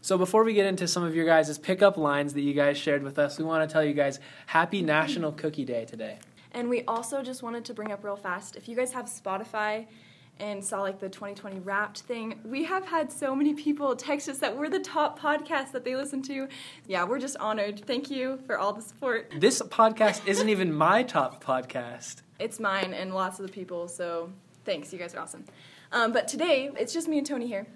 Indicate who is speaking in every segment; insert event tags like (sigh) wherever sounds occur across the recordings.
Speaker 1: So before we get into some of your guys' pickup lines that you guys shared with us, we want to tell you guys happy National Cookie Day today.
Speaker 2: And we also just wanted to bring up real fast if you guys have Spotify and saw like the 2020 wrapped thing, we have had so many people text us that we're the top podcast that they listen to. Yeah, we're just honored. Thank you for all the support.
Speaker 1: This podcast isn't even my top podcast.
Speaker 2: It's mine and lots of the people, so thanks. You guys are awesome. Um, but today, it's just me and Tony here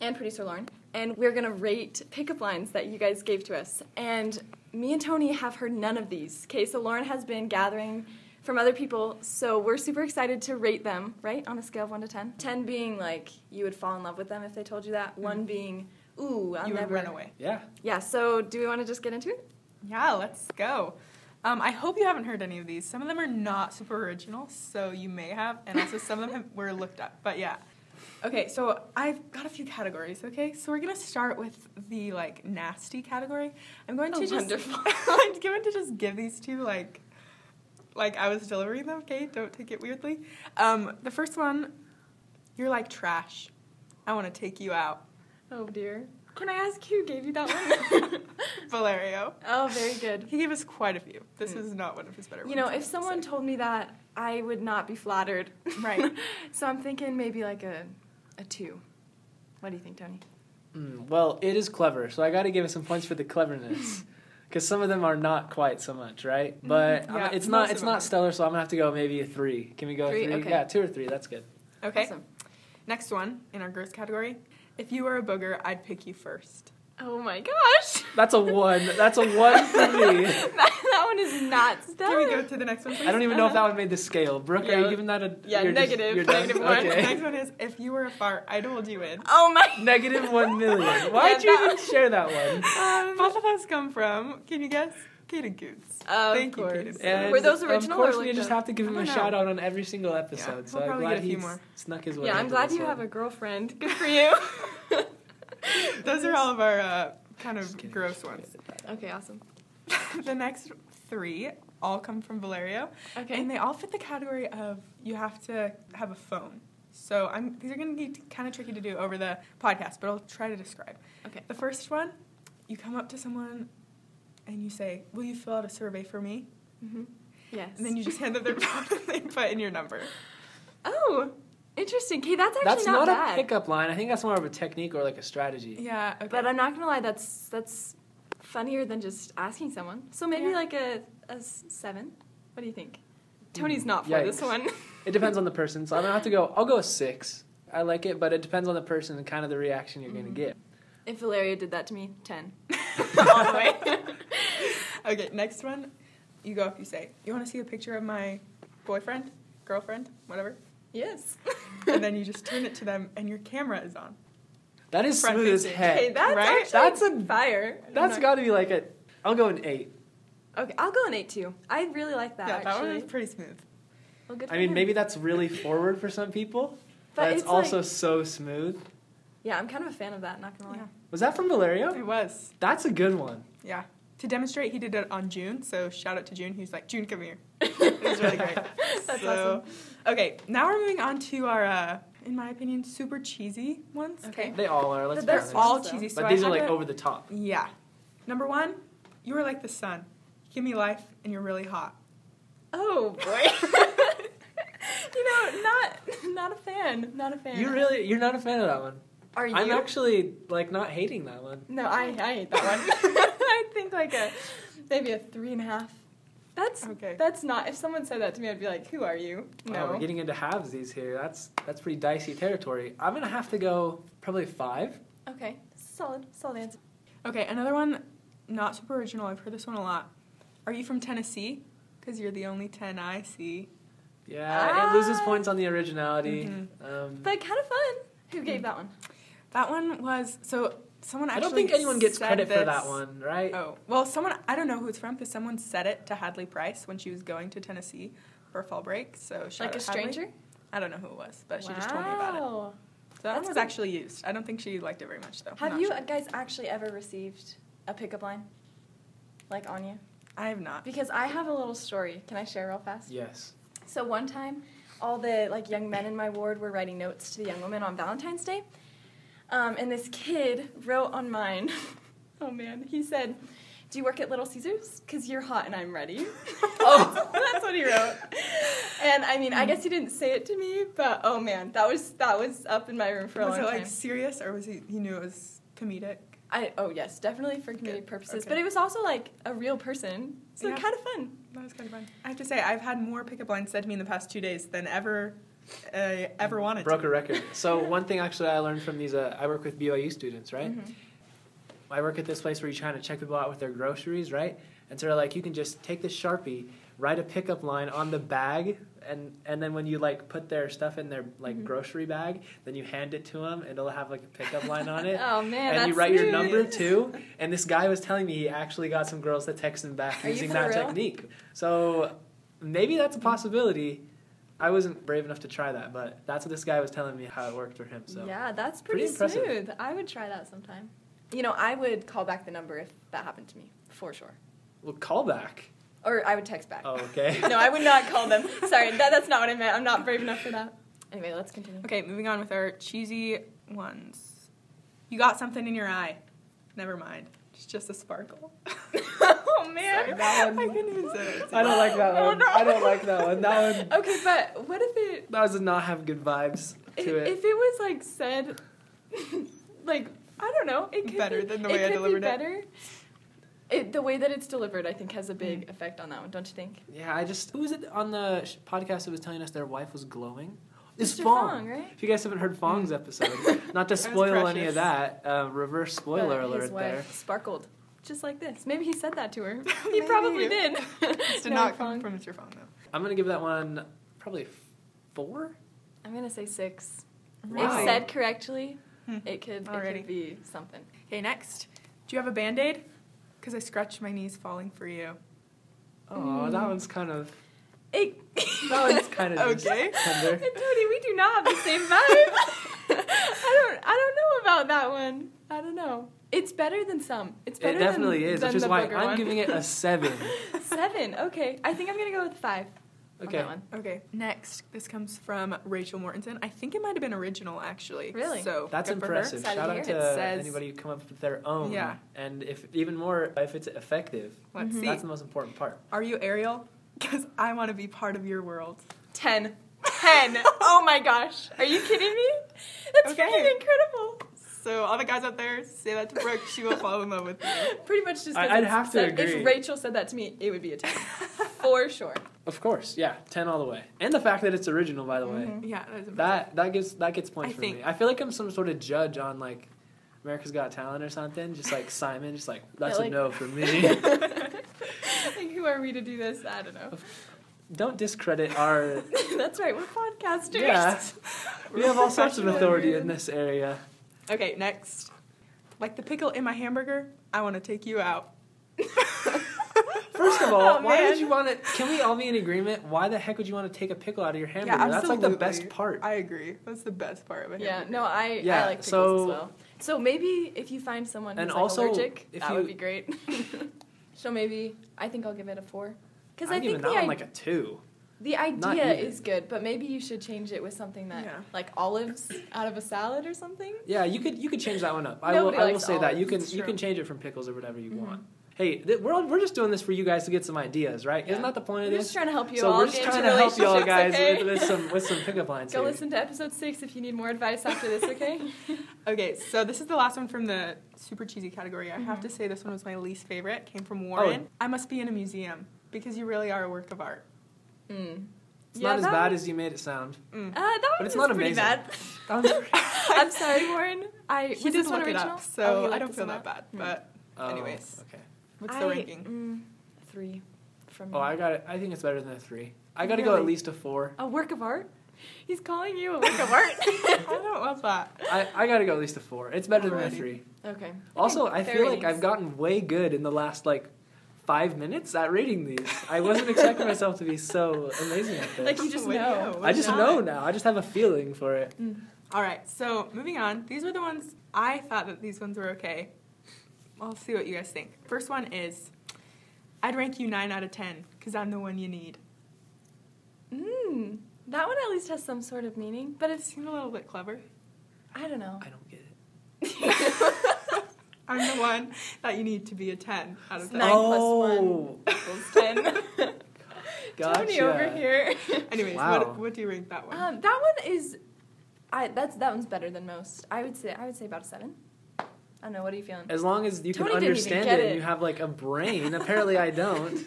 Speaker 2: and producer Lauren, and we're gonna rate pickup lines that you guys gave to us. And me and Tony have heard none of these. Okay, so Lauren has been gathering from other people, so we're super excited to rate them, right? On a scale of one to ten. Ten being like you would fall in love with them if they told you that. One being, ooh, I'll
Speaker 3: you would
Speaker 2: never
Speaker 3: run away.
Speaker 1: Yeah.
Speaker 2: Yeah, so do we wanna just get into it?
Speaker 3: Yeah, let's go. Um, I hope you haven't heard any of these. Some of them are not super original, so you may have, and also some of them have- were looked up. But yeah. Okay, so I've got a few categories. Okay, so we're gonna start with the like nasty category. I'm going to
Speaker 2: Oh,
Speaker 3: just
Speaker 2: wonderful.
Speaker 3: (laughs) I'm going to just give these to like like I was delivering them. Okay, don't take it weirdly. Um, the first one, you're like trash. I want to take you out,
Speaker 2: Oh dear. Can I ask who gave you that (laughs) one?
Speaker 3: Valerio.
Speaker 2: oh, very good.
Speaker 3: He gave us quite a few. This is not one of his better ones.
Speaker 2: Hmm. You know, if
Speaker 3: I have to
Speaker 2: someone
Speaker 3: say.
Speaker 2: told me that, I would not be flattered.
Speaker 3: Right.
Speaker 2: so I'm thinking maybe like a, a two. What do you think, Tony?
Speaker 1: Mm, well, it is clever, so I got to give it some points for the cleverness, (laughs) because some of them are not quite so much, right? But I'm-
Speaker 3: yeah,
Speaker 1: it's
Speaker 3: most
Speaker 1: not
Speaker 3: of
Speaker 1: it's
Speaker 3: them
Speaker 1: not
Speaker 3: are.
Speaker 1: stellar, so I'm gonna have to go maybe a three. Can we go
Speaker 2: Three?
Speaker 1: three?
Speaker 2: Okay.
Speaker 1: Yeah, two or three. That's
Speaker 2: (laughs)
Speaker 1: good.
Speaker 3: (laughs) Okay.
Speaker 2: Awesome.
Speaker 3: Next one in our gross category. If you were a booger, I'd pick you first.
Speaker 2: Oh my gosh.
Speaker 1: (laughs) That's a one. That's a one for me.
Speaker 2: (laughs) that, that one is not
Speaker 3: Can
Speaker 2: stellar.
Speaker 3: we go to the next one, please? Uh-huh.
Speaker 1: I don't even know if that one made the scale. Brooke, are
Speaker 2: Yeah.
Speaker 1: you giving that a
Speaker 2: Yeah,
Speaker 1: you're just-
Speaker 2: negative,
Speaker 1: you're done?
Speaker 2: (laughs) negative
Speaker 3: one. The
Speaker 1: Okay.
Speaker 3: next one is if you were a fart, I'd hold you in.
Speaker 2: Oh my.
Speaker 1: (laughs) Negative one million. Why
Speaker 2: Yeah,
Speaker 1: did you
Speaker 2: that Um,
Speaker 1: even share that one?
Speaker 3: Both of those come from. Can you guess? Kaden Goots.
Speaker 2: Of
Speaker 3: Thank you,
Speaker 2: course.
Speaker 3: Kaden.
Speaker 1: And
Speaker 2: Were those original
Speaker 1: Of course,
Speaker 2: or
Speaker 1: we
Speaker 2: like
Speaker 1: just
Speaker 2: the-
Speaker 1: have to give
Speaker 3: I
Speaker 1: him a
Speaker 3: don't know.
Speaker 1: shout out on every single episode.
Speaker 3: we'll
Speaker 1: so I'm
Speaker 3: probably
Speaker 1: glad
Speaker 3: get a few
Speaker 1: he
Speaker 3: more.
Speaker 1: snuck his way.
Speaker 2: Yeah, I'm
Speaker 1: into
Speaker 2: glad
Speaker 1: this
Speaker 2: you
Speaker 1: one.
Speaker 2: have a girlfriend. (laughs) Good for you.
Speaker 3: (laughs) Those are all of our uh, kind
Speaker 1: Just kidding.
Speaker 3: of gross ones.
Speaker 2: okay, awesome.
Speaker 3: the next three all come from Valerio.
Speaker 2: Okay.
Speaker 3: And they all fit the category of you have to have a phone. So I'm, these are going to be kind of tricky to do over the podcast, but I'll try to describe.
Speaker 2: Okay.
Speaker 3: The first one, you come up to someone and you say, "Will you fill out a survey for me?"
Speaker 2: hmm Yes.
Speaker 3: And then you just hand them their (laughs) phone and they put in your number.
Speaker 2: oh, interesting. Okay, that's actually
Speaker 1: That's not,
Speaker 2: not, bad.
Speaker 1: a pickup line. I think that's more of a technique or like a strategy.
Speaker 3: Yeah.
Speaker 2: (laughs)
Speaker 3: Okay.
Speaker 2: But I'm not gonna lie, that's that's funnier than just asking someone. So maybe
Speaker 3: Yeah.
Speaker 2: like a, a s- seven. What do you think? Tony's not for this
Speaker 1: Yikes.
Speaker 2: one.
Speaker 1: It depends on the person, so I'm gonna have to go. I'll go a six. I like it, but it depends on the person and kind of the reaction you're
Speaker 2: Mm-hmm.
Speaker 1: gonna get.
Speaker 2: (laughs) if Valeria did that to me,
Speaker 1: (laughs)
Speaker 2: ten.
Speaker 3: all the way.
Speaker 2: (laughs)
Speaker 3: okay. Next one, you go up. You say, "You want to see a picture of my boyfriend, girlfriend, whatever?"
Speaker 2: Yes.
Speaker 3: and
Speaker 2: (laughs)
Speaker 3: then you just turn it to them, and your camera is on.
Speaker 1: That is
Speaker 3: Front
Speaker 1: smooth as
Speaker 3: facing.
Speaker 1: heck.
Speaker 2: okay, that's
Speaker 3: right?
Speaker 2: actually
Speaker 1: That's a-
Speaker 2: fire.
Speaker 1: that's
Speaker 2: I'm not-
Speaker 1: got to be like a. I'll go an eight.
Speaker 2: Okay, I'll go an eight too. I really like that.
Speaker 3: yeah, that
Speaker 2: actually.
Speaker 3: one is pretty smooth.
Speaker 2: Well, good
Speaker 1: I
Speaker 2: for
Speaker 1: mean,
Speaker 2: him.
Speaker 1: maybe that's really forward for some people, but,
Speaker 2: But
Speaker 1: it's,
Speaker 2: it's
Speaker 1: also
Speaker 2: like-
Speaker 1: so smooth.
Speaker 2: Yeah, I'm kind of a fan of that. Not gonna lie.
Speaker 3: Yeah.
Speaker 1: Was that from Valerio?
Speaker 3: It was.
Speaker 1: That's a good one.
Speaker 3: Yeah. To demonstrate, he did it on June. So shout out to June. He was like,
Speaker 2: (laughs)
Speaker 3: "June, come here." it was really great.
Speaker 2: That's
Speaker 3: so, Okay, now we're moving on to our, uh, in my opinion, super cheesy ones.
Speaker 2: Okay.
Speaker 1: They all are. Let's
Speaker 2: But
Speaker 1: be
Speaker 2: they're
Speaker 1: honest.
Speaker 3: All
Speaker 2: So-
Speaker 3: cheesy. So
Speaker 1: but
Speaker 3: I
Speaker 1: these are
Speaker 3: had
Speaker 1: like
Speaker 3: to-
Speaker 1: over the top.
Speaker 3: Yeah. Number one, you are like the sun. You give me life, and you're really hot.
Speaker 2: Oh
Speaker 1: (laughs)
Speaker 2: boy. (laughs) you know, not (laughs) not a fan. Not a fan.
Speaker 1: You really, you're not a fan of that one.
Speaker 2: Are you?
Speaker 1: I'm actually like not hating that one.
Speaker 2: No, I, I hate that
Speaker 3: (laughs)
Speaker 2: one. (laughs) I think like a maybe a three and a half. That's
Speaker 3: Okay.
Speaker 2: that's not. If someone said that to me, I'd be like, "Who are you?"
Speaker 1: Wow,
Speaker 2: No.
Speaker 1: Oh, we're getting into halvesies here. That's that's pretty dicey territory. I'm gonna have to go probably five.
Speaker 2: okay, solid, solid answer.
Speaker 1: Oh.
Speaker 3: Okay, another one, not super original. I've heard this one a lot. Are you from Tennessee? Because you're the only ten I see.
Speaker 1: Yeah,
Speaker 3: Ah.
Speaker 1: it loses points on the originality.
Speaker 3: Mm-hmm.
Speaker 1: Um,
Speaker 2: But kind of fun. Who gave that one?
Speaker 3: That one was so. Someone
Speaker 1: I
Speaker 3: actually
Speaker 1: don't think anyone gets
Speaker 3: said
Speaker 1: credit for that
Speaker 3: this-
Speaker 1: one, right?
Speaker 3: Oh, well, someone, I don't know who it's from, but someone said it to Hadley Price when she was going to Tennessee for fall break. So, shout
Speaker 2: like
Speaker 3: out
Speaker 2: a
Speaker 3: Hadley.
Speaker 2: stranger?
Speaker 3: I don't know who it was, but she just told me about it.
Speaker 2: Wow.
Speaker 3: So that
Speaker 2: That's
Speaker 3: one was
Speaker 2: cool.
Speaker 3: actually used. I don't think she liked it very much, though. I'm
Speaker 2: Have
Speaker 3: not
Speaker 2: you
Speaker 3: sure.
Speaker 2: guys actually ever received a pickup line like on you?
Speaker 3: I have not. (laughs)
Speaker 2: Because I have a little story. Can I share real fast?
Speaker 1: Yes.
Speaker 2: So one time, all the like young men in my ward were writing notes to the young women on Valentine's Day. Um, and this kid wrote on mine, (laughs) oh man, he said, Do you work at Little Caesars? Because you're hot and I'm ready.
Speaker 3: (laughs)
Speaker 2: oh, that's what he wrote. And I mean, I guess he didn't say it to me, but oh man, that was that was up in my room for a
Speaker 3: was
Speaker 2: long
Speaker 3: it like
Speaker 2: time.
Speaker 3: serious or was he? He knew it was comedic.
Speaker 2: I, oh yes, definitely for comedic purposes.
Speaker 3: okay.
Speaker 2: But it was also like a real person, so
Speaker 3: Yeah.
Speaker 2: kind of fun.
Speaker 3: That was kind of fun. I have to say, I've had more pickup lines said to me in the past two days than ever, uh, ever wanted.
Speaker 1: Broke
Speaker 3: to.
Speaker 1: a record. So one thing actually I learned from these, uh, I work with BYU students, right?
Speaker 2: Mm-hmm.
Speaker 1: I work at this place where you're trying to check people out with their groceries, right? And so they're like, you can just take this sharpie, write a pickup line on the bag, and and then when you like put their stuff in their like
Speaker 2: Mm-hmm.
Speaker 1: grocery bag, then you hand it to them, and it'll have like a pickup line on it.
Speaker 2: (laughs) Oh man,
Speaker 1: and
Speaker 2: that's
Speaker 1: you write your
Speaker 2: sweet.
Speaker 1: number too. And this guy was telling me he actually got some girls to text him back
Speaker 2: Are you
Speaker 1: using
Speaker 2: for
Speaker 1: that
Speaker 2: real?
Speaker 1: technique. So maybe that's a possibility. I wasn't brave enough to try that, but that's what this guy was telling me how it worked for him. So
Speaker 2: yeah, that's
Speaker 1: pretty
Speaker 2: pretty,
Speaker 1: impressive.
Speaker 2: smooth. I would try that sometime. You know, I would call back the number if that happened to me, for sure.
Speaker 1: well, call back.
Speaker 2: Or I would text back.
Speaker 1: Oh, okay.
Speaker 2: (laughs) No, I would not call them. (laughs) Sorry, that, that's not what I meant. I'm not brave enough for that. Anyway, let's continue.
Speaker 3: Okay, moving on with our cheesy ones. You got something in your eye. Never mind. It's just a sparkle.
Speaker 2: (laughs) oh
Speaker 3: Man,
Speaker 1: that
Speaker 3: (laughs) I can use it.
Speaker 1: I don't like that
Speaker 2: Oh,
Speaker 1: one.
Speaker 2: (laughs) no.
Speaker 1: I don't like that one. That one
Speaker 2: Okay, but what if it
Speaker 1: that does not have good vibes
Speaker 2: if,
Speaker 1: to it.
Speaker 2: if it was like said (laughs) like I don't know, it could
Speaker 3: Better
Speaker 2: be,
Speaker 3: than the way
Speaker 2: could
Speaker 3: I
Speaker 2: be
Speaker 3: delivered it.
Speaker 2: better. It, the way that it's delivered, I think, has a big
Speaker 1: Mm.
Speaker 2: effect on that one, don't you think?
Speaker 1: Yeah, I just who was it on the sh- podcast that was telling us their wife was glowing? It's
Speaker 2: Mr.
Speaker 1: Fong.
Speaker 2: Fong, Hmm. right?
Speaker 1: If you guys haven't heard Fong's
Speaker 2: (laughs)
Speaker 1: episode, not to spoil any of
Speaker 3: precious.
Speaker 1: that, uh, reverse spoiler
Speaker 2: But
Speaker 1: alert
Speaker 2: his wife
Speaker 1: there.
Speaker 2: sparkled just like this. Maybe he said that to
Speaker 3: (laughs)
Speaker 2: her. (laughs) he
Speaker 3: Maybe.
Speaker 2: probably
Speaker 3: (laughs)
Speaker 2: did.
Speaker 3: This did
Speaker 2: No,
Speaker 3: not
Speaker 2: we're fine.
Speaker 3: come from Mr. Fong though.
Speaker 1: I'm gonna give that one probably f- four.
Speaker 2: I'm gonna say six.
Speaker 1: Wow.
Speaker 2: If said correctly,
Speaker 3: Hmm.
Speaker 2: it could it
Speaker 3: Alrighty.
Speaker 2: could be something.
Speaker 3: Okay, next. Do you have a band aid? Because I scratched my knees falling for (laughs) you.
Speaker 1: Oh,
Speaker 2: Hmm.
Speaker 1: that one's kind
Speaker 2: (laughs)
Speaker 1: of
Speaker 2: It,
Speaker 1: that one's kind
Speaker 2: (laughs)
Speaker 1: of just
Speaker 3: Okay.
Speaker 1: (laughs) tender.
Speaker 2: Tony, we do not have the same vibe. (laughs) I don't I don't know about that one. I don't know. It's better than some. It's better
Speaker 1: It definitely
Speaker 2: than,
Speaker 1: is,
Speaker 2: than
Speaker 1: which is
Speaker 2: the
Speaker 1: why
Speaker 2: booger
Speaker 1: I'm
Speaker 2: one.
Speaker 1: giving it a
Speaker 2: (laughs)
Speaker 1: seven.
Speaker 2: seven. Okay. I think I'm gonna go with five.
Speaker 1: Okay.
Speaker 2: On that one.
Speaker 3: Okay, next. This comes from Rachel Mortensen. I think it might have been original actually.
Speaker 2: Really?
Speaker 3: So
Speaker 1: That's
Speaker 3: good for her.
Speaker 1: impressive.
Speaker 2: Excited
Speaker 1: Shout
Speaker 2: to
Speaker 1: out
Speaker 2: hear.
Speaker 1: to
Speaker 3: It says-
Speaker 1: anybody who come up with their own.
Speaker 3: Yeah.
Speaker 1: And if even more, if it's effective,
Speaker 3: Let's see.
Speaker 1: that's the most important part.
Speaker 3: Are you Ariel? Because I want to be part of your world.
Speaker 2: Ten. Ten. oh my gosh. Are you kidding me? That's
Speaker 3: Okay.
Speaker 2: freaking incredible.
Speaker 3: So all the guys out there, say that to Brooke. she will fall in love with you.
Speaker 2: Pretty much just 'cause
Speaker 1: I- I'd
Speaker 2: it's
Speaker 1: have to
Speaker 2: said-
Speaker 1: agree.
Speaker 2: if Rachel said that to me, it would be a ten. For sure.
Speaker 1: Of course, yeah, ten all the way. And the fact that it's original, by the way,
Speaker 3: (laughs) Yeah, that is impressive.
Speaker 1: that that gives that gets points
Speaker 3: I
Speaker 1: for
Speaker 3: think-
Speaker 1: me. Mm-hmm. I feel like I'm some sort of judge on like America's Got Talent or something. Just like Simon, just (laughs) like that's
Speaker 2: like-
Speaker 1: a no for me.
Speaker 2: (laughs)
Speaker 1: (laughs)
Speaker 2: Like who are we to do this? I don't (laughs) know.
Speaker 1: Don't discredit (laughs) our.
Speaker 2: That's right, we're podcasters.
Speaker 1: Yeah, we have all sorts of
Speaker 3: Professional
Speaker 1: authority in
Speaker 3: agreement.
Speaker 1: this area.
Speaker 3: Okay, next. Like the pickle in my hamburger, I want to take you (laughs) out.
Speaker 1: First of all,
Speaker 3: Oh,
Speaker 1: why
Speaker 3: man.
Speaker 1: would you want to? Can we all be in agreement? Why the heck would you want to take a pickle out of your hamburger? that's like the best
Speaker 3: absolutely.
Speaker 1: part.
Speaker 3: I agree. That's the best part of it.
Speaker 2: Yeah, no, I,
Speaker 1: Yeah,
Speaker 2: I like pickles
Speaker 1: so-
Speaker 2: as well. So maybe if you find someone who's
Speaker 1: And
Speaker 2: like
Speaker 1: also,
Speaker 2: allergic,
Speaker 1: if
Speaker 2: that
Speaker 1: you-
Speaker 2: would be great. (laughs) so maybe I think I'll give it a four. Because
Speaker 1: I'm
Speaker 2: I
Speaker 1: giving
Speaker 2: think the,
Speaker 1: that
Speaker 2: I-
Speaker 1: one like a two.
Speaker 2: the
Speaker 1: not
Speaker 2: idea
Speaker 1: even.
Speaker 2: is good, but maybe you should change it with something that,
Speaker 3: Yeah.
Speaker 2: like olives out of a salad or something.
Speaker 1: Yeah, you could you could change that one up. I
Speaker 2: Nobody
Speaker 1: will I will
Speaker 2: likes
Speaker 1: say that you
Speaker 2: olives,
Speaker 1: can
Speaker 3: it's
Speaker 1: you can
Speaker 3: true.
Speaker 1: change it from pickles or whatever
Speaker 2: Mm-hmm.
Speaker 1: you want. Hey, th- we're all, we're just doing this for you guys to get some ideas, right?
Speaker 2: Yeah.
Speaker 1: Isn't that the point of
Speaker 2: We're just
Speaker 1: this?
Speaker 2: trying to help you
Speaker 1: so
Speaker 2: all
Speaker 1: we're just
Speaker 2: get
Speaker 1: trying
Speaker 2: into
Speaker 1: to help y'all
Speaker 2: relationships.
Speaker 1: guys
Speaker 2: okay?
Speaker 1: with, with some with some
Speaker 2: (laughs)
Speaker 1: pickup lines
Speaker 2: Go
Speaker 1: here.
Speaker 2: listen to episode six if you need more advice after
Speaker 1: (laughs)
Speaker 2: this, okay? Hmm.
Speaker 3: Okay, so this is the last one from the super cheesy category. I have to say this one was my least favorite. Came
Speaker 1: Oh.
Speaker 3: from Warren. I must be in a museum because you really are a work of art.
Speaker 2: Mm.
Speaker 1: It's
Speaker 2: Yeah,
Speaker 1: not as
Speaker 2: that
Speaker 1: bad
Speaker 2: one-
Speaker 1: as you made it
Speaker 2: (laughs)
Speaker 1: sound.
Speaker 3: Mm.
Speaker 2: Uh, that one
Speaker 1: But it's
Speaker 2: was
Speaker 1: not
Speaker 2: pretty
Speaker 1: amazing.
Speaker 2: bad. (laughs)
Speaker 1: That was pretty-
Speaker 2: I'm sorry, Warren. I was
Speaker 3: He did
Speaker 2: this
Speaker 3: look
Speaker 2: one
Speaker 3: it
Speaker 2: original?
Speaker 3: up, so
Speaker 2: Oh, you
Speaker 3: I
Speaker 2: liked
Speaker 3: don't
Speaker 2: this
Speaker 3: feel
Speaker 2: one
Speaker 3: that bad.
Speaker 2: Hmm.
Speaker 3: But
Speaker 1: oh,
Speaker 3: Anyways.
Speaker 1: Okay.
Speaker 3: what's the
Speaker 2: I-
Speaker 3: ranking?
Speaker 2: mm, three from
Speaker 1: Oh, I
Speaker 2: me.
Speaker 1: got it. I think it's better than a three. I got to go
Speaker 2: Really?
Speaker 1: at least a four.
Speaker 2: a work of art. He's calling you a
Speaker 1: (laughs)
Speaker 2: work of art.
Speaker 3: (laughs) I don't love that.
Speaker 1: I, I got to go at least a four. It's better than a
Speaker 3: Alrighty.
Speaker 1: three.
Speaker 2: okay.
Speaker 1: Also, I
Speaker 2: fair
Speaker 1: feel like
Speaker 2: ratings.
Speaker 1: I've gotten way good in the last like five minutes at reading these. I wasn't expecting myself to be so amazing at this.
Speaker 2: (laughs) Like you just
Speaker 3: Way to
Speaker 2: know. Mm.
Speaker 3: go.
Speaker 1: I just
Speaker 3: Not.
Speaker 1: know now. I just have a feeling for it.
Speaker 3: All right, so moving on. These were the ones I thought that these ones were okay. I'll see what you guys think. First one is I'd rank you 9 out of 10 because I'm the one you need.
Speaker 2: Mm, that one at least has some sort of meaning, but
Speaker 3: It
Speaker 2: it's
Speaker 3: seemed a little bit clever.
Speaker 2: I don't know.
Speaker 1: I don't get it.
Speaker 2: (laughs)
Speaker 3: I'm the one that you need to be a 10 out of
Speaker 2: It's
Speaker 3: 10.
Speaker 2: nine
Speaker 1: Oh.
Speaker 2: plus one equals ten.
Speaker 1: (laughs) Gotcha.
Speaker 2: Tony over here.
Speaker 3: (laughs) Anyways,
Speaker 1: Wow.
Speaker 3: what, what do you rank that one?
Speaker 2: um, that one is, I that's that one's better than most. I would say I would say about a seven. I don't know. What are you feeling?
Speaker 1: As long as you can
Speaker 2: Tony didn't even
Speaker 1: understand
Speaker 2: get
Speaker 1: it, and
Speaker 2: it.
Speaker 1: you have like a brain. Apparently, I don't.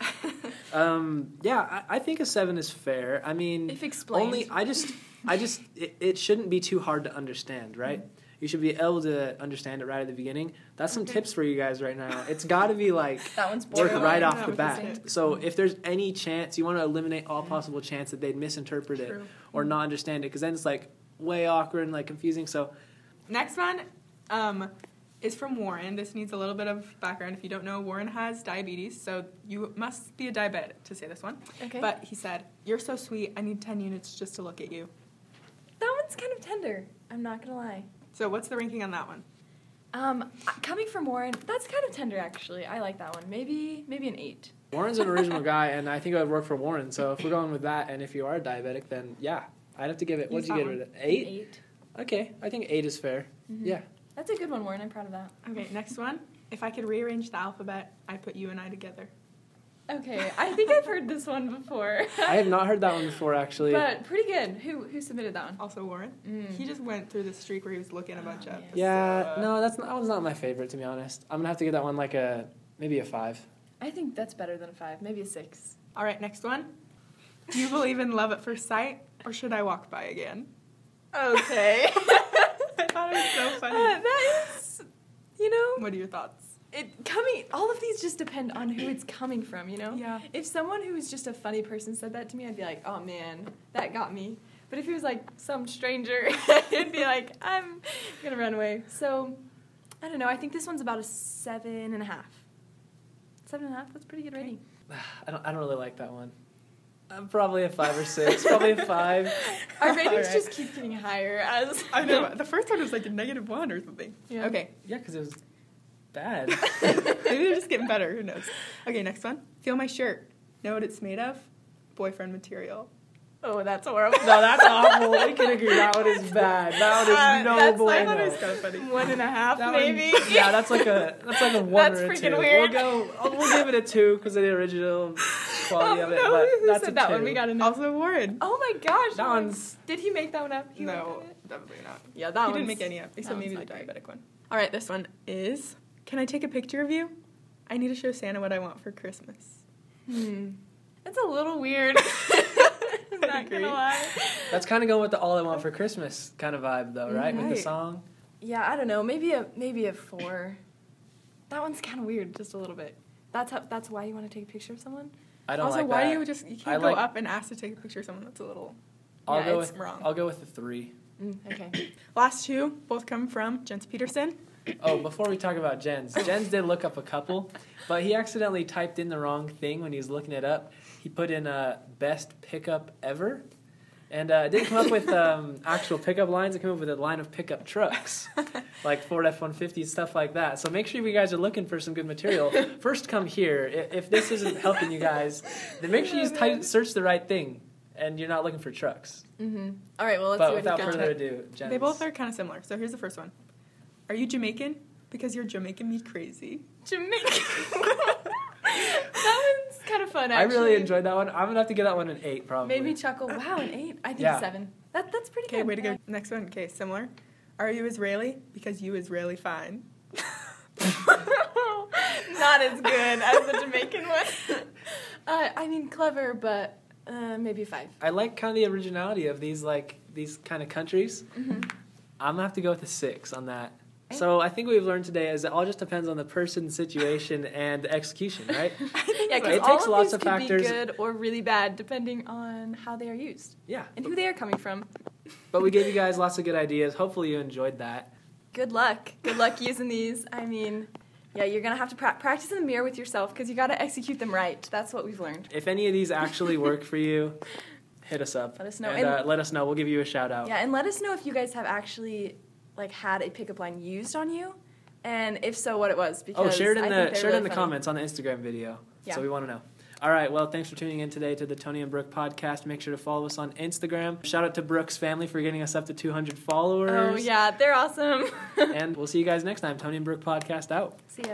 Speaker 1: Um, yeah, I, I think a seven is fair. I mean,
Speaker 2: (laughs) If explained.
Speaker 1: only I just, I just, it, it shouldn't be too hard to understand, right? You should be able to understand it right at the beginning. That's some tips for you guys right now. It's got to be
Speaker 2: (laughs)
Speaker 1: like
Speaker 2: That one's
Speaker 1: work
Speaker 2: boring.
Speaker 3: Borderline.
Speaker 1: right off
Speaker 3: Yeah,
Speaker 1: the
Speaker 3: with
Speaker 1: bat.
Speaker 3: instinct.
Speaker 1: So if there's any chance, you want to eliminate all possible chance that they'd misinterpret it
Speaker 3: True.
Speaker 1: or not understand it, because then it's like way awkward and like confusing. So
Speaker 3: Next one um, is from Warren. This needs a little bit of background. If you don't know, Warren has diabetes, so you must be a diabetic to say this one.
Speaker 2: Okay.
Speaker 3: But he said, You're so sweet. I need 10 units just to look at you.
Speaker 2: that one's kind of tender. I'm not gonna lie.
Speaker 3: So, what's the ranking on that one?
Speaker 2: Um, coming from Warren, that's kind of tender actually. I like that one. Maybe maybe an eight.
Speaker 1: Warren's an original guy, and I think I would work for Warren. So if we're going with that, and if you are diabetic, then yeah, I'd have to give it. What'd
Speaker 3: Use
Speaker 1: you
Speaker 3: that
Speaker 1: give
Speaker 3: one.
Speaker 1: it? Eight.
Speaker 2: Eight. Mm-hmm.
Speaker 1: Okay, I think eight is fair.
Speaker 3: Mm-hmm.
Speaker 1: Yeah.
Speaker 2: That's a good one, Warren. I'm proud of that.
Speaker 3: Okay, next one. If I could rearrange the alphabet, I put you and I together.
Speaker 2: Okay, I think I've heard this one before.
Speaker 1: (laughs) I have not heard that one before, actually.
Speaker 2: But pretty good. Who who submitted that one?
Speaker 3: Also, Warren.
Speaker 2: Mm.
Speaker 3: He just went through the streak where he was looking a bunch up.
Speaker 2: man.
Speaker 1: yeah,
Speaker 3: So, uh,
Speaker 1: no, that's not, that one's not my favorite, to be honest. I'm gonna have to give that one like a maybe a five. (sighs)
Speaker 2: I think that's better than a five, maybe a
Speaker 3: (laughs)
Speaker 2: six.
Speaker 3: All right, next one. Do you believe in love at first sight, or should I walk by again?
Speaker 2: Okay.
Speaker 3: (laughs) I thought it was
Speaker 2: (laughs)
Speaker 3: so funny. (laughs)
Speaker 2: that is, you know,
Speaker 3: What are your thoughts?
Speaker 2: it coming. All of these just depend on who it's coming from. You know.
Speaker 3: Yeah.
Speaker 2: If someone who was just a funny person said that to me, I'd be like, oh man, that got me. But if he was like some stranger, (laughs) it'd be like, I'm gonna run away. So, I don't know. I think this one's about a seven and a half. Seven and a half. That's pretty good rating.
Speaker 1: I don't, I don't really like that one. Um, probably a five or six. probably a five.
Speaker 2: (laughs)
Speaker 3: (laughs)
Speaker 2: Our ratings
Speaker 3: Alright.
Speaker 2: just keep getting higher as
Speaker 3: I know. The first one was like a negative one or something.
Speaker 2: (laughs) Yeah.
Speaker 3: Okay.
Speaker 1: Yeah, because it was bad.
Speaker 3: Maybe they're just getting better. Who knows? Okay, next one. Feel my shirt. Know what it's made of? Boyfriend material.
Speaker 2: (laughs) Oh, that's horrible.
Speaker 1: no, that's awful. We can agree that one is bad. That one is
Speaker 2: Uh,
Speaker 1: no
Speaker 2: that's- I
Speaker 3: I thought
Speaker 1: bueno.
Speaker 3: it was kind of funny.
Speaker 2: (laughs) One and a half,
Speaker 1: That one-
Speaker 2: maybe.
Speaker 1: yeah, that's like a that's like a one
Speaker 2: That's
Speaker 1: or a
Speaker 2: freaking
Speaker 1: two.
Speaker 2: weird.
Speaker 1: We'll go. oh, We'll give it a two because of the original (laughs) quality
Speaker 2: Oh,
Speaker 1: of it.
Speaker 2: no,
Speaker 1: but
Speaker 2: who
Speaker 1: that's
Speaker 2: said
Speaker 1: a
Speaker 2: that
Speaker 1: two.
Speaker 2: one? We got to know.
Speaker 3: Also, Warren.
Speaker 2: Oh my gosh,
Speaker 1: That
Speaker 2: Lauren.
Speaker 1: one's-
Speaker 2: Did he make that one up? He
Speaker 3: no,
Speaker 2: worked on it?
Speaker 3: definitely not.
Speaker 2: Yeah, that
Speaker 3: he
Speaker 2: one
Speaker 3: didn't make any up, except
Speaker 2: one's
Speaker 3: maybe the
Speaker 2: not
Speaker 3: diabetic
Speaker 2: great.
Speaker 3: one. All right, this one is. Can I take a picture of you? I need to show Santa what I want for Christmas.
Speaker 2: Hmm. That's a
Speaker 1: (laughs)
Speaker 2: little weird. (laughs) I'm
Speaker 3: I
Speaker 2: not
Speaker 3: agree.
Speaker 2: gonna lie.
Speaker 1: That's kind of going with the "All I Want for Christmas" kind of vibe, though, right? With
Speaker 3: Right.
Speaker 1: the song.
Speaker 2: Yeah, I don't know. Maybe a maybe a four. That one's kind of weird, just a little bit. That's how, that's why you want to take a picture of someone.
Speaker 1: I don't
Speaker 3: also,
Speaker 1: like
Speaker 3: why
Speaker 1: that.
Speaker 3: do you just you
Speaker 1: I
Speaker 3: can't
Speaker 1: like- Oh,
Speaker 3: go up and ask to take a picture of someone? That's a little.
Speaker 1: I'll
Speaker 3: yeah,
Speaker 1: go
Speaker 3: it's
Speaker 1: with
Speaker 3: wrong.
Speaker 1: I'll go with the three.
Speaker 2: Mm,
Speaker 1: (coughs)
Speaker 2: okay.
Speaker 3: Last two both come from Jens Peterson.
Speaker 1: Oh, before we talk about Jens, Jens did look up a couple, but he accidentally typed in the wrong thing when he was looking it up. He put in uh, best pickup ever, and uh, it didn't come up with um, actual pickup lines. It came up with a line of pickup trucks, like Ford F one fifty stuff like that. So make sure you guys are looking for some good material. First, come here. I- If this isn't helping you guys, then make sure you type, search the right thing, and you're not looking for trucks.
Speaker 2: Mm-hmm. All right. Well, let's
Speaker 1: but
Speaker 2: see what
Speaker 1: without
Speaker 2: he found.
Speaker 1: further ado, Jens.
Speaker 3: They both are kind of similar. So here's the first one. Are you Jamaican? Because you're Jamaican me crazy.
Speaker 2: Jamaica.
Speaker 1: (laughs)
Speaker 2: that one's kind of fun.
Speaker 1: I
Speaker 2: Actually.
Speaker 1: really enjoyed that one. I'm gonna have to give that one an eight, probably.
Speaker 2: Made me chuckle. Wow, an eight. I think
Speaker 1: Yeah.
Speaker 2: seven. That that's pretty
Speaker 3: Okay,
Speaker 2: good.
Speaker 3: way to go. Next one. Okay, similar. Are you Israeli? Because you Israeli fine.
Speaker 2: (laughs) Not as good as the Jamaican one. Uh, I mean, clever, but uh, maybe five.
Speaker 1: I like kind of the originality of these like these kind of countries.
Speaker 2: Mm-hmm.
Speaker 1: I'm gonna have to go with a six on that. So I think what we've learned today is it all just depends on the person,
Speaker 2: (laughs)
Speaker 1: situation, and the execution, right?
Speaker 2: Yeah,
Speaker 1: so.
Speaker 2: because
Speaker 1: It
Speaker 2: all
Speaker 1: takes
Speaker 2: of
Speaker 1: lots
Speaker 2: these
Speaker 1: of
Speaker 2: could
Speaker 1: factors.
Speaker 2: be good or really bad depending on how they are used
Speaker 1: Yeah.
Speaker 2: and who they are coming from.
Speaker 1: But we gave you guys lots of good ideas. Hopefully you enjoyed that.
Speaker 2: Good luck. Good luck using these. I mean, yeah, you're gonna have to pra- practice in the mirror with yourself because you got to execute them right. That's what we've learned.
Speaker 1: If any of these actually work for
Speaker 2: (laughs)
Speaker 1: you, hit us up.
Speaker 2: Let us know.
Speaker 1: And,
Speaker 2: And-
Speaker 1: uh, let us know. We'll give you a shout out.
Speaker 2: Yeah, and let us know if you guys have actually like had a pickup line used on you, and if so, what it was. Because
Speaker 1: oh, share it in
Speaker 2: I think
Speaker 1: the
Speaker 2: they're
Speaker 1: share it in
Speaker 2: really
Speaker 1: the
Speaker 2: funny.
Speaker 1: comments on the Instagram video.
Speaker 2: Yeah.
Speaker 1: So we want to know. All right. Well, thanks for tuning in today to the Tony and Brooke podcast. Make sure to follow us on Instagram. Shout out to Brooke's family for getting us up to 200 followers.
Speaker 2: Oh, yeah, they're awesome. (laughs)
Speaker 1: and we'll see you guys next time. Tony and Brooke podcast out.
Speaker 2: See ya.